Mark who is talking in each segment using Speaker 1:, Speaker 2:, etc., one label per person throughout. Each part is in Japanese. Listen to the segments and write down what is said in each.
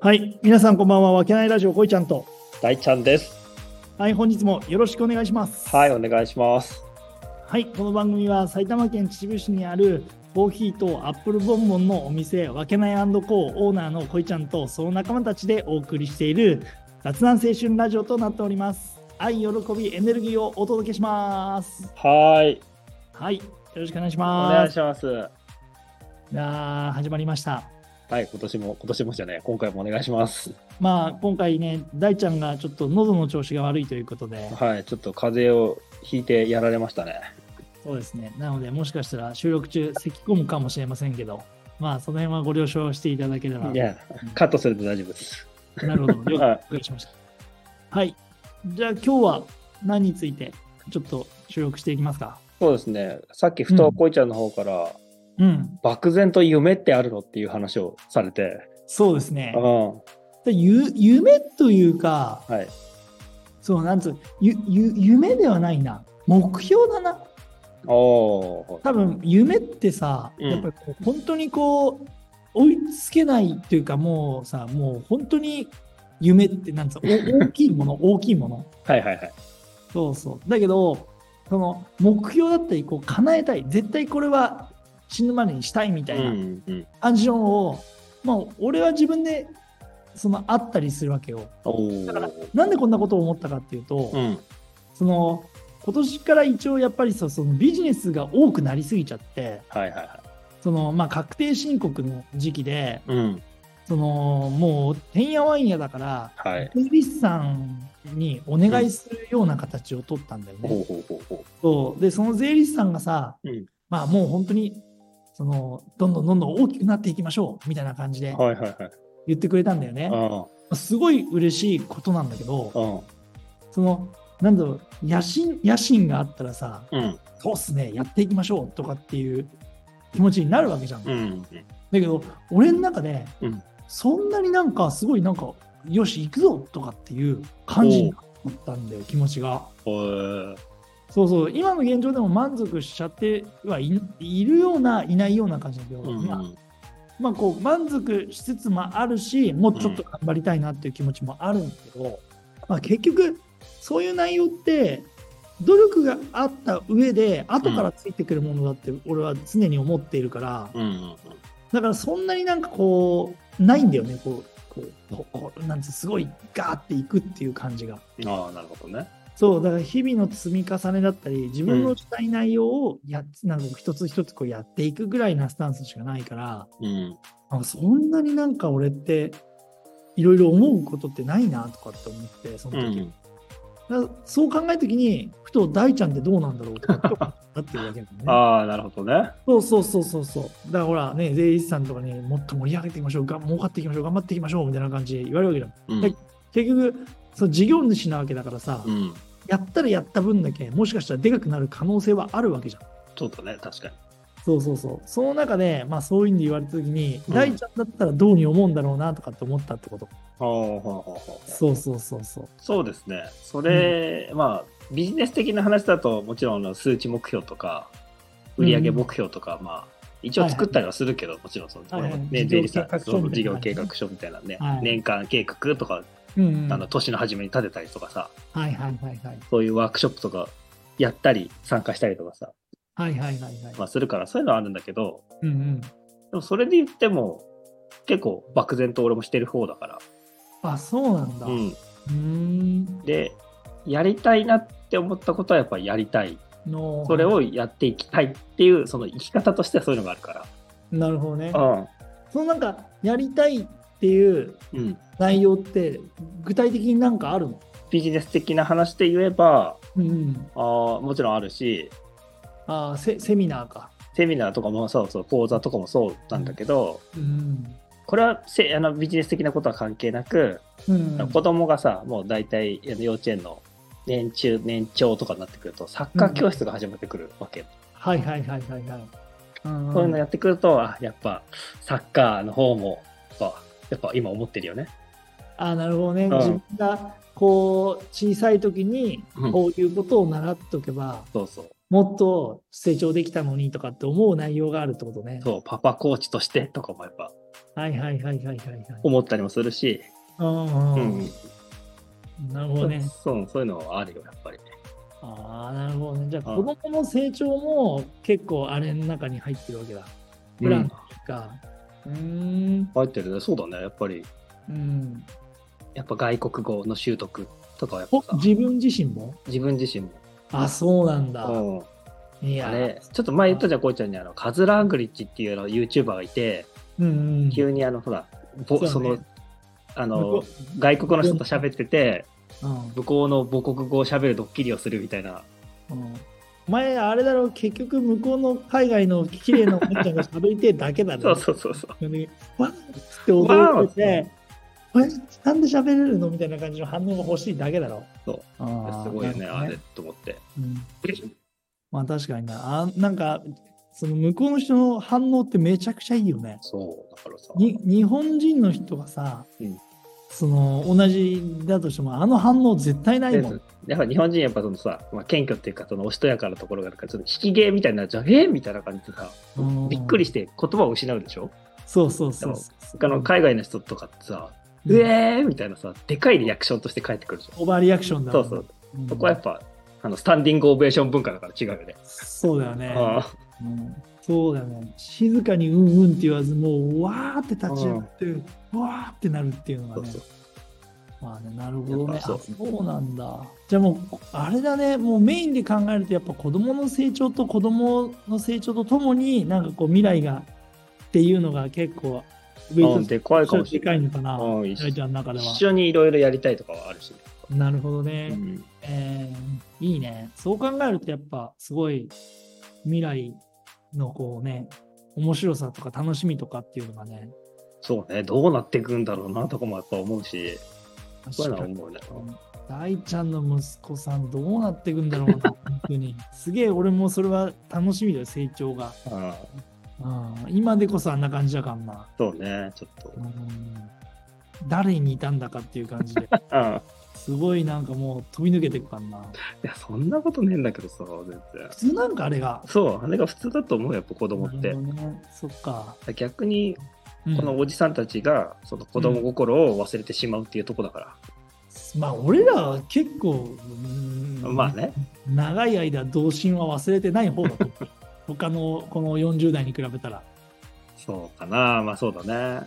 Speaker 1: はい。皆さんこんばんは。わけないラジオ、こいちゃんと。
Speaker 2: 大ちゃんです。
Speaker 1: はい。本日もよろしくお願いします。
Speaker 2: はい、お願いします。
Speaker 1: はい。この番組は埼玉県秩父市にあるコーヒーとアップルボンボンのお店、わけないコーオーナーのこいちゃんとその仲間たちでお送りしている雑談青春ラジオとなっております。愛、喜び、エネルギーをお届けします。
Speaker 2: はい、
Speaker 1: はい。よろしくお願いし
Speaker 2: お願
Speaker 1: ま
Speaker 2: い
Speaker 1: す。
Speaker 2: します。はい
Speaker 1: やー始まりました。
Speaker 2: い、今年も、今年もじゃない、今回もお願いします。
Speaker 1: まあ、今回ね、大ちゃんがちょっと喉の調子が悪いということで、
Speaker 2: はい、ちょっと風邪をひいてやられましたね。
Speaker 1: そうですね。なので、もしかしたら収録中、咳き込むかもしれませんけど、まあ、その辺はご了承していただければ。
Speaker 2: いや、カットすると大丈夫です。
Speaker 1: なるほど。了
Speaker 2: はい
Speaker 1: 解しました。 はい。じゃあ、今日は何について、ちょっと収録していきますか。
Speaker 2: そうですね、さっきふとこいちゃんの方から、
Speaker 1: うん。
Speaker 2: 漠然と夢ってあるのっていう話をされて、
Speaker 1: そうですね
Speaker 2: う。ん、は
Speaker 1: でゆ夢というか、
Speaker 2: い。
Speaker 1: そう、なんつう、ゆゆ夢ではないな。目標だな。
Speaker 2: おお
Speaker 1: 多分夢ってさ、
Speaker 2: うん
Speaker 1: やっぱりこう本当にこう追いつけないっていうかもうさもう本当に夢ってなんつう のお大きいもの大きいもの
Speaker 2: ー、はいはいはい。
Speaker 1: そうそうだけどその目標だったりこう叶えたい絶対これは死ぬまでにしたいみた
Speaker 2: う、
Speaker 1: いなん
Speaker 2: うん。
Speaker 1: アンジョンを、まあ俺は自分でそのあったりするわけよ
Speaker 2: おお
Speaker 1: だからなんでこんなことを思ったかっていうと、
Speaker 2: うん、
Speaker 1: その今年から一応やっぱりさそのビジネスが多くなりすぎちゃって、
Speaker 2: はいはいは
Speaker 1: そのまあ、確定申告の時期で
Speaker 2: い。うん、
Speaker 1: そのもうてんやわんやだから
Speaker 2: はい。
Speaker 1: 税理士さんにお願いするような形を取ったんだよね。
Speaker 2: ほうほうほうほ
Speaker 1: そうでその税理士さんがさ、
Speaker 2: うん
Speaker 1: まあもう本当にそのどんどんどんどん大きくなっていきましょうみたいな感じで
Speaker 2: う。はいはいはい。
Speaker 1: 言ってくれたんだよね。
Speaker 2: う
Speaker 1: すごい嬉しいことなんだけど
Speaker 2: ん、うん、
Speaker 1: そのなんだろう野心野心があったらさ
Speaker 2: うん、
Speaker 1: そうっすねやっていきましょうとかっていう気持ちになるわけじゃん
Speaker 2: うん、うん。
Speaker 1: だけど俺の中で、
Speaker 2: うん
Speaker 1: そんなになんかすごいなんかよし行くぞとかっていう感じになったんだよ気持ちが
Speaker 2: お
Speaker 1: そうそう今の現状でも満足しちゃってはいいるようないないような感じだけど、
Speaker 2: うん
Speaker 1: まあ、まあこう満足しつつもあるしもうちょっと頑張りたいなっていう気持ちもあるんだけど、まあ、結局そういう内容って努力があった上で後からついてくるものだって俺は常に思っているから、
Speaker 2: うんうん
Speaker 1: だからそんなになんかこうないんだよねこうこうこうこうなんてすごいガーっていくっていう感じが
Speaker 2: うん、ああなるほどね。
Speaker 1: そうだから日々の積み重ねだったり自分のしたい内容をやっ、なんか一つ一つこうやっていくぐらいなスタンスしかないから
Speaker 2: うん、
Speaker 1: なんかそんなになんか俺っていろいろ思うことってないなとかって思ってその時、だからそう考えた時にふと大ちゃんってどうなんだろうとかって思ったっていうわけ だよね。
Speaker 2: ああなるほどね。
Speaker 1: そうそうそうそうそう。だからほらね、税理士さんとかね、もっと盛り上げていきましょう、が儲かっていきましょう、頑張っていきましょうみたいな感じで言われるわけじゃん。
Speaker 2: うん
Speaker 1: はい結局、その事業主なわけだからさ、
Speaker 2: うん、
Speaker 1: やったらやった分だけ、もしかしたらでかくなる可能性はあるわけじゃん。
Speaker 2: そうだね確かに。
Speaker 1: そうそうそう。その中で、まあそういうふうに言われたときに、
Speaker 2: うん
Speaker 1: 大ちゃんだったらどうに思うんだろうなとかって思ったってこと。
Speaker 2: はあはあはあはあ
Speaker 1: そうそうそうそう。
Speaker 2: そうですね。それ、まあビジネス的な話だともちろんあの数値目標とか売上目標とか、まあ一応作ったりはするけど、もちろんその、
Speaker 1: はいはい事
Speaker 2: ね
Speaker 1: 業
Speaker 2: 税理士さん
Speaker 1: 計画書
Speaker 2: そう
Speaker 1: みた
Speaker 2: 事
Speaker 1: いな
Speaker 2: 業計画書みたいなね、
Speaker 1: はい
Speaker 2: 年間計画とか、
Speaker 1: うん、うん。
Speaker 2: あ
Speaker 1: は
Speaker 2: の
Speaker 1: い
Speaker 2: 年の初めに立てたりとかさ
Speaker 1: はいはいはい。
Speaker 2: そういうワークショップとかやったり参加したりとかさ、
Speaker 1: はいはいはいはい。
Speaker 2: まあ、するからそういうのはあるんだけど
Speaker 1: うんうん。
Speaker 2: でもそれで言っても結構漠然と俺もしてる方だか
Speaker 1: あ、そうなんだ。
Speaker 2: ら、
Speaker 1: うーん。
Speaker 2: でやりたいなって思ったことはやっぱりやりたい
Speaker 1: の
Speaker 2: それをやっていきたいっていうその生き方としてはそういうのがあるか
Speaker 1: なるほどね。
Speaker 2: ら、
Speaker 1: そのなんか、やりたいっていう
Speaker 2: うんうん、
Speaker 1: 内容って具体的になんかあるの、
Speaker 2: ビジネス的な話で言えば
Speaker 1: うん、
Speaker 2: あーもちろんあるし
Speaker 1: あーセセミナーか。
Speaker 2: セミナーとかもそうそう講座とかもそうなんだけど、
Speaker 1: うん
Speaker 2: これはせあのビジネス的なことは関係なく、
Speaker 1: うん
Speaker 2: 子供がさもう大体あの幼稚園の年中年長とかになってくるとサッカー教室が始まってくるわけ、
Speaker 1: はいはいはいはいはい。うん
Speaker 2: そういうのやってくると、あ、やっぱサッカーの方も、やっぱやっぱ今思ってるよね。
Speaker 1: あーなるほどね、
Speaker 2: ん
Speaker 1: 自分がこう小さい時に
Speaker 2: うん
Speaker 1: こういうことを習っておけば、
Speaker 2: そうそう。
Speaker 1: もっと成長できたのにとかって思う内容があるってことね。
Speaker 2: そう、パパコーチとしてとかもやっぱ
Speaker 1: はいはいはいはいはい、はい
Speaker 2: 思ったりもするし、
Speaker 1: うん
Speaker 2: う
Speaker 1: うん
Speaker 2: ん、
Speaker 1: なるほどね。
Speaker 2: そう、そういうのはあるよ、やっぱり。
Speaker 1: ああ、なるほどね。じゃあ、
Speaker 2: う
Speaker 1: 子
Speaker 2: ん
Speaker 1: 供の成長も結構あれの中に入ってるわけだ。プランが。うーん。
Speaker 2: 入ってるね。そうだね。やっぱり、
Speaker 1: うん。
Speaker 2: やっぱ外国語の習得とかはやっ
Speaker 1: お
Speaker 2: ぱさ、
Speaker 1: 自分自身も
Speaker 2: 自分自身も。
Speaker 1: あ、そうなんだ。
Speaker 2: うん
Speaker 1: いや、
Speaker 2: あれ、ちょっと前言ったじゃん、こうちゃんに、あの、カズラングリッチっていうあの YouTuber がいて、
Speaker 1: うんうん。
Speaker 2: 急にあの、ほら、ぼ
Speaker 1: そ
Speaker 2: そう
Speaker 1: ね
Speaker 2: の、あ
Speaker 1: 向こ
Speaker 2: の、外国の人と喋ってて、
Speaker 1: うん
Speaker 2: 向こうの母国語を喋るドッキリをするみたいな。
Speaker 1: うん前、あれだろ、結局、向こうの海外の綺麗なおもちゃが喋りてえだけだね。
Speaker 2: そうそうそうそう。
Speaker 1: ねわーっつって驚いてて、え、なんで喋れるのみたいな感じの反応が欲しいだけだろ。
Speaker 2: そう
Speaker 1: あー
Speaker 2: すごいよね、
Speaker 1: なるほ
Speaker 2: あ
Speaker 1: ど
Speaker 2: れと思って。
Speaker 1: うんまあ確かにな。あなんか、その向こうの人の反応ってめちゃくちゃいいよね。
Speaker 2: そう、だからさ。
Speaker 1: に日本人の人がさ、
Speaker 2: うん
Speaker 1: その同じだとしても、あの反応絶対ないもん。
Speaker 2: やっぱ日本人やっぱそのさ、まあ、謙虚っていうかそのおしとやかなところがあるからちょっと引き芸みたいになっちゃうえーみたいな感じでさ
Speaker 1: うん
Speaker 2: びっくりして言葉を失うでしょ
Speaker 1: そうそうそうそう。
Speaker 2: あの海外の人とかってさ、
Speaker 1: うん
Speaker 2: うえーみたいなさでかいリアクションとして返ってくるでしょ
Speaker 1: オーバーリアクションだ
Speaker 2: そ
Speaker 1: もん
Speaker 2: うそう
Speaker 1: うん
Speaker 2: そこはやっぱあのスタンディングオベーション文化だから違うよね、
Speaker 1: そうだよね。
Speaker 2: ああ
Speaker 1: うんそうだよね。静かにうんうんって言わず、もうわーって立ち上がって、わーってなるっていうの
Speaker 2: そ
Speaker 1: が
Speaker 2: う
Speaker 1: ね
Speaker 2: そう。
Speaker 1: まあね、なるほどね。
Speaker 2: やっぱそう
Speaker 1: あそうなんだ。じゃあもう、あれだね、もうメインで考えると、やっぱ子供の成長と子供の成長とともに、なんかこう未来がっていうのが結構、ウェ
Speaker 2: うんで怖いかもし
Speaker 1: で
Speaker 2: れな
Speaker 1: か
Speaker 2: い
Speaker 1: いのかな、
Speaker 2: うん一
Speaker 1: 大ちゃんの中では。
Speaker 2: 一緒にいろいろやりたいとかはあるし、ね
Speaker 1: なるほどね、
Speaker 2: うん
Speaker 1: えーいいね。そう考えると、やっぱすごい未来のこうね、面白さとか楽しみとかっていうのがね、
Speaker 2: そうねどうなっていくんだろうなとかもやっぱ思うしそ
Speaker 1: 確
Speaker 2: ういうのは
Speaker 1: かに
Speaker 2: 思うね
Speaker 1: 大ちゃんの息子さんどうなっていくんだろうな本当に すげえ俺もそれは楽しみだよ成長が、
Speaker 2: うん
Speaker 1: うん、今でこそあんな感じだからな、
Speaker 2: そうねちょっと
Speaker 1: うん、誰に似たんだかっていう感じで
Speaker 2: うん
Speaker 1: すごいなんかもう飛び抜けていくからない
Speaker 2: や、そんなことねえんだけどさ、全然
Speaker 1: 普。通なんかあれが
Speaker 2: そう、あれが普通だと思うよ、やっぱ子供っ
Speaker 1: なる
Speaker 2: て
Speaker 1: ほ。どね、そっか、
Speaker 2: 逆に、
Speaker 1: うん
Speaker 2: このおじさんたちが、その子供心を忘れてしまうっていうとこだか
Speaker 1: まあ俺らは結構、うん
Speaker 2: ら。まあね。
Speaker 1: 長い間童心は忘れてない方だと思う他のこの40代に比べたら
Speaker 2: そうかな、まあそうだね。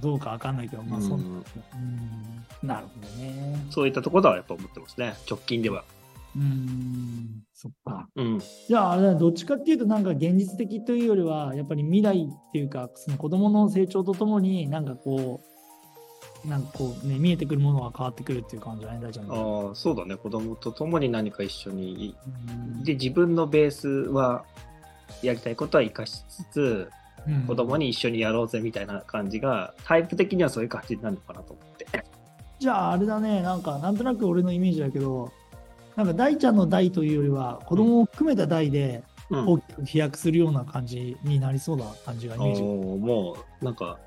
Speaker 1: どうかわかんないけど、まあそんな
Speaker 2: うん
Speaker 1: うんなるほどね。
Speaker 2: そういったところはやっぱ思ってますね、直近では。
Speaker 1: うん、そっか。
Speaker 2: うん。
Speaker 1: じゃあ、あれだねどっちかっていうと、なんか現実的というよりは、やっぱり未来っていうか、その子供の成長とともに、なんかこう、なんかこうね、見えてくるものが変わってくるっていう感じだね、大ちゃんの。
Speaker 2: ああ、そうだね、子供と共に何か一緒に。
Speaker 1: うん
Speaker 2: で、自分のベースは、やりたいことは生かしつつ、
Speaker 1: うん
Speaker 2: 子供に一緒にやろうぜみたいな感じが、タイプ的にはそういう感じになるのかなと思って。
Speaker 1: じゃあ、あれだね、なんか、なんとなく俺のイメージだけど、なんか大ちゃんの代というよりは、子供を含めた代で
Speaker 2: うん
Speaker 1: 大きく飛躍するような感じになりそうな感じがイメージが
Speaker 2: おーもうなんか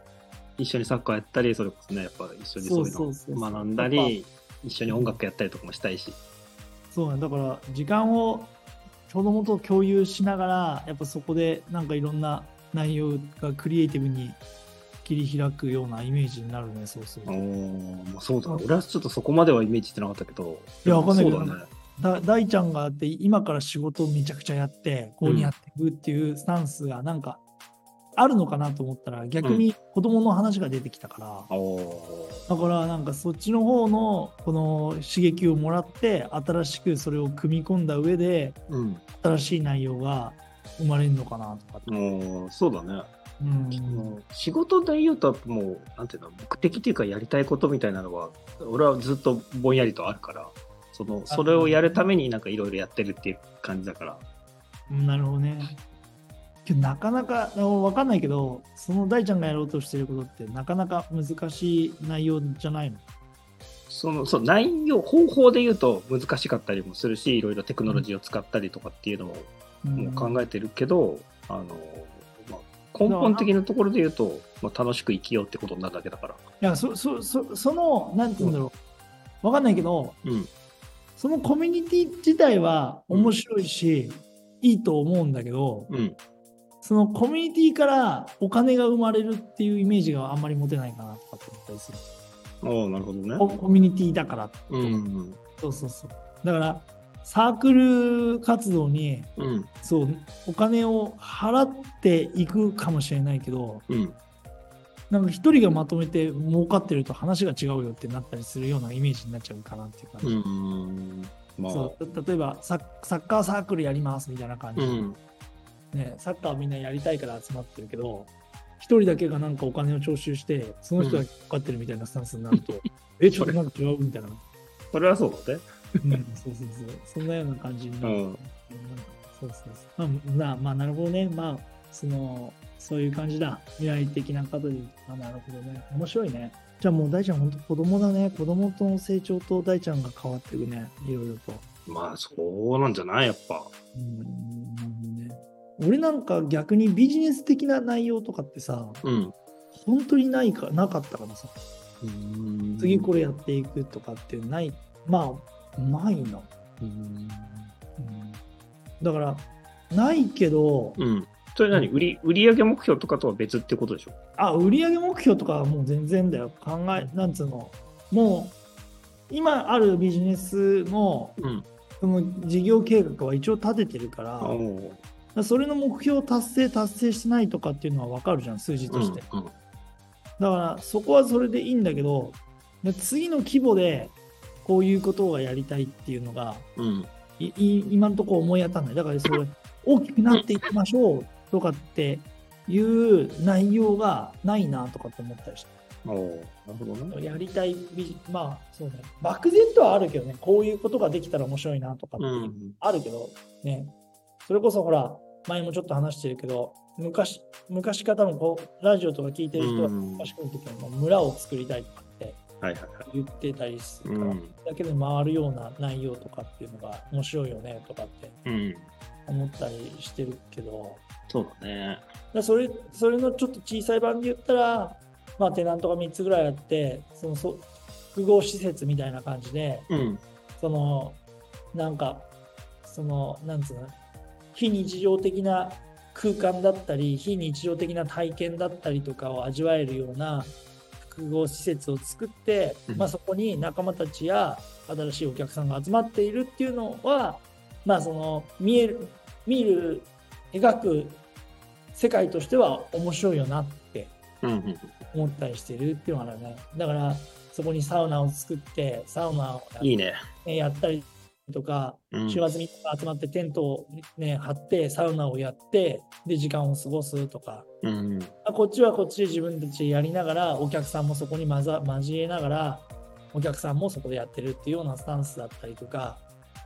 Speaker 2: 一緒にサッカーやったりそれこそねやっぱ一緒にそうい
Speaker 1: そうそうそ
Speaker 2: う
Speaker 1: うそ
Speaker 2: の
Speaker 1: う
Speaker 2: 学んだり一緒に音楽やったりとかもしたいし、
Speaker 1: そうね、だから時間を子供と共有しながら、やっぱそこでなんかいろんな内容がクリエイティブに切り開くようなイメージになるね、そうする
Speaker 2: お
Speaker 1: と。
Speaker 2: ーまあそうだね俺はちょっとそこまではイメージしてなかったけど
Speaker 1: いやわかんないけど
Speaker 2: そうだね
Speaker 1: だ大ちゃんがあって、今から仕事をめちゃくちゃやって、こうにやっていくっていうスタンスがなんかあるのかなと思ったら、逆に子供の話が出てきたから、
Speaker 2: お
Speaker 1: だ
Speaker 2: ー
Speaker 1: からなんかそっちの方のこの刺激をもらって、新しくそれを組み込んだ上で、
Speaker 2: うん
Speaker 1: 新しい内容が生まれるのかなとかって。
Speaker 2: おーそうだね、
Speaker 1: うん
Speaker 2: もう仕事で言うともうなんていうの目的っていうかやりたいことみたいなのは俺はずっとぼんやりとあるからそのそれをやるためになんかいろいろやってるっていう感じだから
Speaker 1: なるほどね。けどなかなかあのわかんないけど、その大ちゃんがやろうとしてることってなかなか難しい内容じゃないの。
Speaker 2: そのそう内容方法で言うと難しかったりもするしいろいろテクノロジーを使ったりとかっていうのも,、もう考えてるけどあの、まあ、根本的なところで言うと、まあ、楽しく生きようってことになるだけだから、
Speaker 1: いやそそそその、なんて言うんだろう、わかんないけど、
Speaker 2: うん
Speaker 1: そのコミュニティ自体は面白いし、いいと思うんだけど、
Speaker 2: うん。
Speaker 1: そのコミュニティからお金が生まれるっていうイメージがあんまり持てないかなとかって思ったりする。
Speaker 2: ああ、なるほどね。
Speaker 1: ココミュニティだから。
Speaker 2: うん。
Speaker 1: そうそうそう。だから、サークル活動に、
Speaker 2: うん。
Speaker 1: そう、お金を払っていくかもしれないけど、
Speaker 2: うん。
Speaker 1: なんか一人がまとめて儲かってると話が違うよってなったりするようなイメージになっちゃうかなっていう感じ。
Speaker 2: うん。まあ、
Speaker 1: そう例えばサッサッカーサークルやりますみたいな感じ、
Speaker 2: うん。
Speaker 1: ね、サッカーみんなやりたいから集まってるけど一人だけがなんかお金を徴収してその人だけ儲かってるみたいなスタンスになると、 えちょっとなんか違うみたいな、
Speaker 2: それはそうだね。
Speaker 1: うん、そうそうそうそんなような感じになる、
Speaker 2: うん
Speaker 1: そうそうそうまあ、まあ、なるほどねまあそのそういう感じだ未来的な方であなるほどね面白いねじゃあもう大ちゃん本当子供だね子供との成長と大ちゃんが変わっていくねいろいろと。
Speaker 2: まあ、そうなんじゃないやっぱ。
Speaker 1: うんなるほどね俺なんか逆にビジネス的な内容とかってさ
Speaker 2: うん。
Speaker 1: 本当にないかなかったからさ
Speaker 2: うん
Speaker 1: 次これやっていくとかってない、まあないな、
Speaker 2: う
Speaker 1: う
Speaker 2: ん。
Speaker 1: んだからないけど、
Speaker 2: うん。それ何売り売上目標とかとは別ってことでしょ
Speaker 1: あ売上目標とかはもう全然だよ考えなんつうのもう今あるビジネスの
Speaker 2: うん。
Speaker 1: その事業計画は一応立ててるから
Speaker 2: ああ。うん。
Speaker 1: それの目標達成達成してないとかっていうのは分かるじゃん数字として、
Speaker 2: うん
Speaker 1: だからそこはそれでいいんだけどで次の規模でこういうことがやりたいっていうのが
Speaker 2: うん。
Speaker 1: いい今のところ思い当たらないだからそれ大きくなっていきましょうとかっていう内容がないなとかって思ったりして
Speaker 2: おおなるほどね。
Speaker 1: やりたいビジまあそうね漠然とはあるけどねこういうことができたら面白いなとかって
Speaker 2: うん。
Speaker 1: あるけど、ねそれこそほら前もちょっと話してるけど昔昔から多分こうラジオとか聞いてる人は
Speaker 2: うん
Speaker 1: 昔の時はもう村を作りたいとかって
Speaker 2: はいはいはい。
Speaker 1: 言ってたりす
Speaker 2: う
Speaker 1: るから、
Speaker 2: ん。
Speaker 1: だけど回るような内容とかっていうのが面白いよねとかって
Speaker 2: うん。
Speaker 1: 思ったりしてるけど
Speaker 2: そうだね。
Speaker 1: だからそれそれのちょっと小さい版で言ったら、まあ、テナントが3つぐらいあってそのそ複合施設みたいな感じで
Speaker 2: うん。
Speaker 1: そのなんかそのなんつうの非日常的な空間だったり非日常的な体験だったりとかを味わえるような複合施設を作って、
Speaker 2: うん
Speaker 1: まあ、そこに仲間たちや新しいお客さんが集まっているっていうのは、まあ、その見える見る描く世界としては面白いよなって
Speaker 2: うんうん。
Speaker 1: 思ったりしてるっていうのがあるねだからそこにサウナを作ってサウナをやっ
Speaker 2: いいね。
Speaker 1: ねやったりとか、
Speaker 2: うん。
Speaker 1: 週末みんなが集まってテントを、ね、張って、サウナをやって、で、時間を過ごすとか、
Speaker 2: うん。
Speaker 1: あこっちはこっちで自分たちでやりながら、お客さんもそこに混ざ交えながら、お客さんもそこでやってるっていうようなスタンスだったりとか、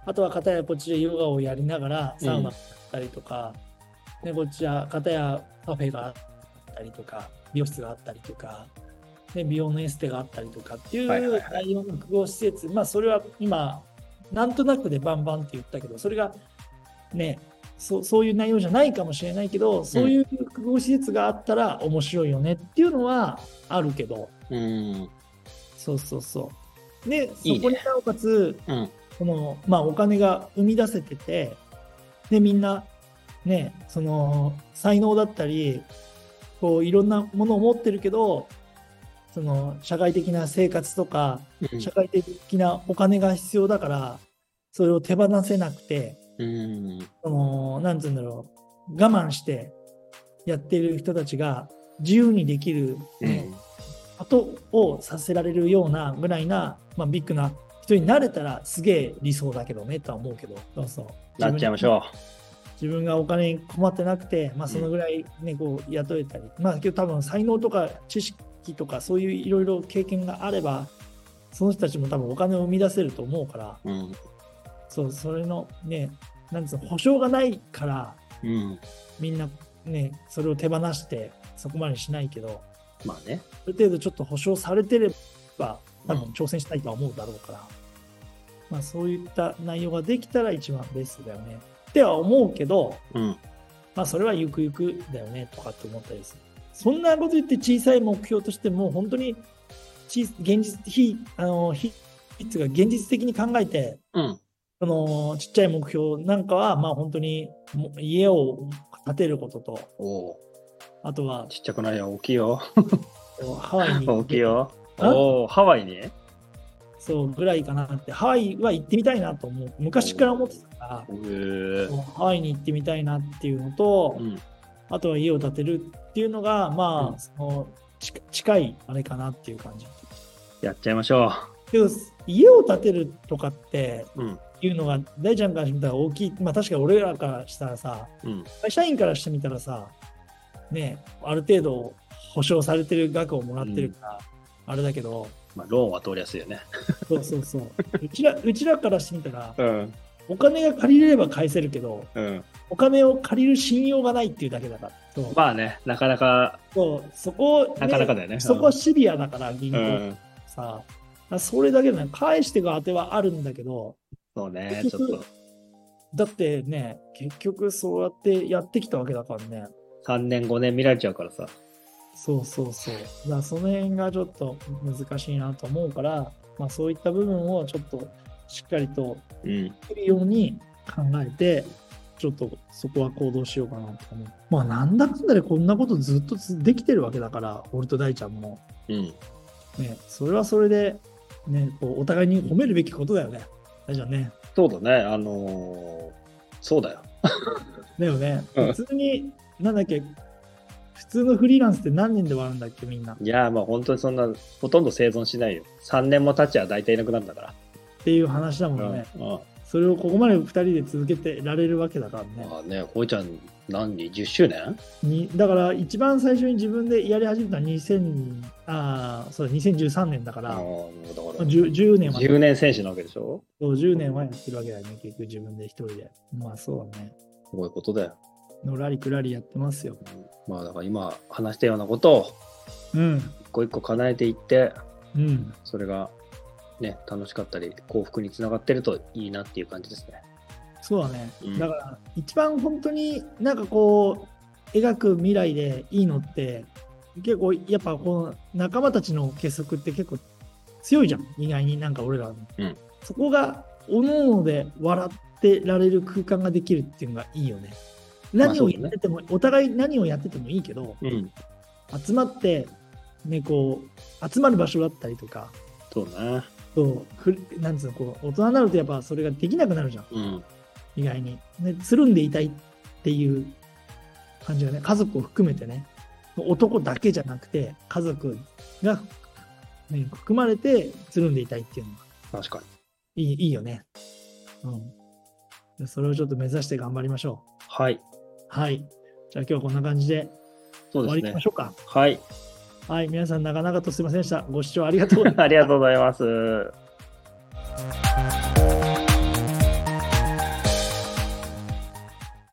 Speaker 1: あとは片やこっちでヨガをやりながら、サウナをやったりとか、でこっちは片やカフェがあったりとか、美容室があったりとか、で美容のエステがあったりとかっていう
Speaker 2: はいはいは
Speaker 1: 内容の複合施設、まあそれは今、なんとなくでバンバンって言ったけど、それがね、そうそういう内容じゃないかもしれないけど、そういう複合施設があったら面白いよねっていうのはあるけど、
Speaker 2: うん。
Speaker 1: そうそうそう。で、そ
Speaker 2: いいね
Speaker 1: こになおかつ、
Speaker 2: うん。
Speaker 1: このまあ、お金が生み出せてて、で、みんな、ね、その、才能だったり、こう、いろんなものを持ってるけど、その、社会的な生活とか、社会的なお金が必要だから、それを手放せなくて、
Speaker 2: うん。
Speaker 1: その、なんつうんだろう、我慢してやってる人たちが自由にできる、ねことをさせられるようなぐらいな、まあ、ビッグな人になれたらすげえ理想だけどねとは思うけど、そうそう。
Speaker 2: なっちゃいましょ
Speaker 1: 自分がお金に困ってなくて、まあ、そのぐらい、ねこう雇えたり、まあ、今日多分才能とか知識とかそういういろいろ経験があれば、その人たちも多分お金を生み出せると思うから、
Speaker 2: う。うん。
Speaker 1: そう、それのね、なんつうの、保証がないから、
Speaker 2: うん。
Speaker 1: みんなね、それを手放して、そこまでしないけど、
Speaker 2: まあね。
Speaker 1: ある程度ちょっと保証されてれば、多分
Speaker 2: うん
Speaker 1: 挑戦したいとは思うだろうから、まあそういった内容ができたら一番ベストだよね。っては思うけど、
Speaker 2: うん。
Speaker 1: まあそれはゆくゆくだよねとかって思ったりする。そんなこと言って小さい目標としてもう本当に小現実非、あの、非、非っていうか現実的に考えて、
Speaker 2: うん。
Speaker 1: そのちっちゃい目標なんかは、まあ本当にも家を建てることと、
Speaker 2: おー
Speaker 1: あとは
Speaker 2: ちっちゃくないよ、大きいよ。
Speaker 1: ハワイに行
Speaker 2: 大
Speaker 1: っ
Speaker 2: きい
Speaker 1: て
Speaker 2: よ。
Speaker 1: あ
Speaker 2: おお、ハワイね。
Speaker 1: そうぐらいかなって、ハワイは行ってみたいなと思う。昔から思ってたから
Speaker 2: う、ー
Speaker 1: そうハワイに行ってみたいなっていうのと、
Speaker 2: うん。
Speaker 1: あとは家を建てるっていうのが、ま
Speaker 2: う
Speaker 1: あ、そのち近いあれかなっていう感じ。
Speaker 2: やっちゃいましょ
Speaker 1: けど、家を建てるとかって
Speaker 2: う。うん。
Speaker 1: いうのが、大ちゃんからしてみたら大きい。まあ、確かに俺らからしたらさ、
Speaker 2: うん。
Speaker 1: 会社員からしてみたらさ、ねえ、ある程度保証されてる額をもらってるから、あれだけど、
Speaker 2: まあ、ローンは通りやすいよね。
Speaker 1: そうそうそう。うちら、うちらからしてみたら、
Speaker 2: うん。
Speaker 1: お金が借りれれば返せるけど、
Speaker 2: うん。
Speaker 1: お金を借りる信用がないっていうだけだから。そう
Speaker 2: まあね、なかなか、
Speaker 1: そうそこをね、
Speaker 2: なかなかだよね。
Speaker 1: そこはシビアだから、銀
Speaker 2: う
Speaker 1: 行
Speaker 2: ん、う
Speaker 1: って
Speaker 2: ん。
Speaker 1: さ。だからそれだけでね、返してが当てはあるんだけど、
Speaker 2: そうね、
Speaker 1: 結
Speaker 2: ちょっ
Speaker 1: 局
Speaker 2: と。
Speaker 1: だってね、結局そうやってやってきたわけだからね。
Speaker 2: 3年、5年見られちゃうからさ。
Speaker 1: そうそうそう。だからその辺がちょっと難しいなと思うから、まあそういった部分をちょっとしっかりと
Speaker 2: うん。
Speaker 1: できるように考えて、ちょっとそこは行動しようかなと思う。まあ、なんだかんだでこんなことずっとつできてるわけだから、俺と大ちゃんも。
Speaker 2: うん。
Speaker 1: ね、それはそれで、ね、こうお互いに褒めるべきことだよね。大ちゃんね。
Speaker 2: そうだね、あのーそうだよ。
Speaker 1: だよね。
Speaker 2: うん
Speaker 1: 普通に、なんだっけ、普通のフリーランスって何人で割るんだっけ、みんな。っ
Speaker 2: いやー、まあ本当にそんな、ほとんど生存しないよ。3年も経っちゃ大体いなくなるんだから。
Speaker 1: ていう話だもんね。
Speaker 2: うん。うん
Speaker 1: それをここまで2人で続けてられるわけだからね。
Speaker 2: まあね、こいちゃん、何人 ?10 周年
Speaker 1: にだから、一番最初に自分でやり始めたのは2000あーそうだ2013年だか
Speaker 2: あ
Speaker 1: ら、
Speaker 2: あ、
Speaker 1: も
Speaker 2: もうだか
Speaker 1: う
Speaker 2: ら。
Speaker 1: 10, 10年は
Speaker 2: 10年選手なわけでしょ
Speaker 1: そう10年はやってるわけだよね、結局自分で一人で。まあそうだね。
Speaker 2: すごいことだよ。
Speaker 1: のらりくらりやってますよ。
Speaker 2: まあだから今話したようなことを
Speaker 1: うん。
Speaker 2: 一個一個叶えていって、
Speaker 1: うん。
Speaker 2: それがね、楽しかったり幸福につながってるといいなっていう感じですね。
Speaker 1: そうだね。
Speaker 2: うん
Speaker 1: だから、一番本当になんかこう、描く未来でいいのって、結構やっぱこう、仲間たちの結束って結構強いじゃん。意外になんか俺らの。
Speaker 2: うん
Speaker 1: そこが、おのおので笑ってられる空間ができるっていうのがいいよね。
Speaker 2: まあ
Speaker 1: 何をやってても、お互い何をやっててもいいけど、
Speaker 2: うん。
Speaker 1: 集まって、ね、こう集まる場所だったりとか
Speaker 2: そうね。
Speaker 1: そうくなんつうのこう大人になるとやっぱそれができなくなるじゃん
Speaker 2: うん。
Speaker 1: 意外に、ね、つるんでいたいっていう感じがね家族を含めてね男だけじゃなくて家族が、ね、含まれてつるんでいたいっていうのが
Speaker 2: 確かに。
Speaker 1: いいいいよね、うんで、それをちょっと目指して頑張りましょ
Speaker 2: はい。
Speaker 1: うはいじゃあ今日はこんな感じで
Speaker 2: そ
Speaker 1: 終わ
Speaker 2: う
Speaker 1: りにし
Speaker 2: です
Speaker 1: ま
Speaker 2: ね
Speaker 1: し。ょうか
Speaker 2: はい。
Speaker 1: はい皆さん長々とすいませんでしたご視聴ありがとうございました
Speaker 2: ありがとうございます。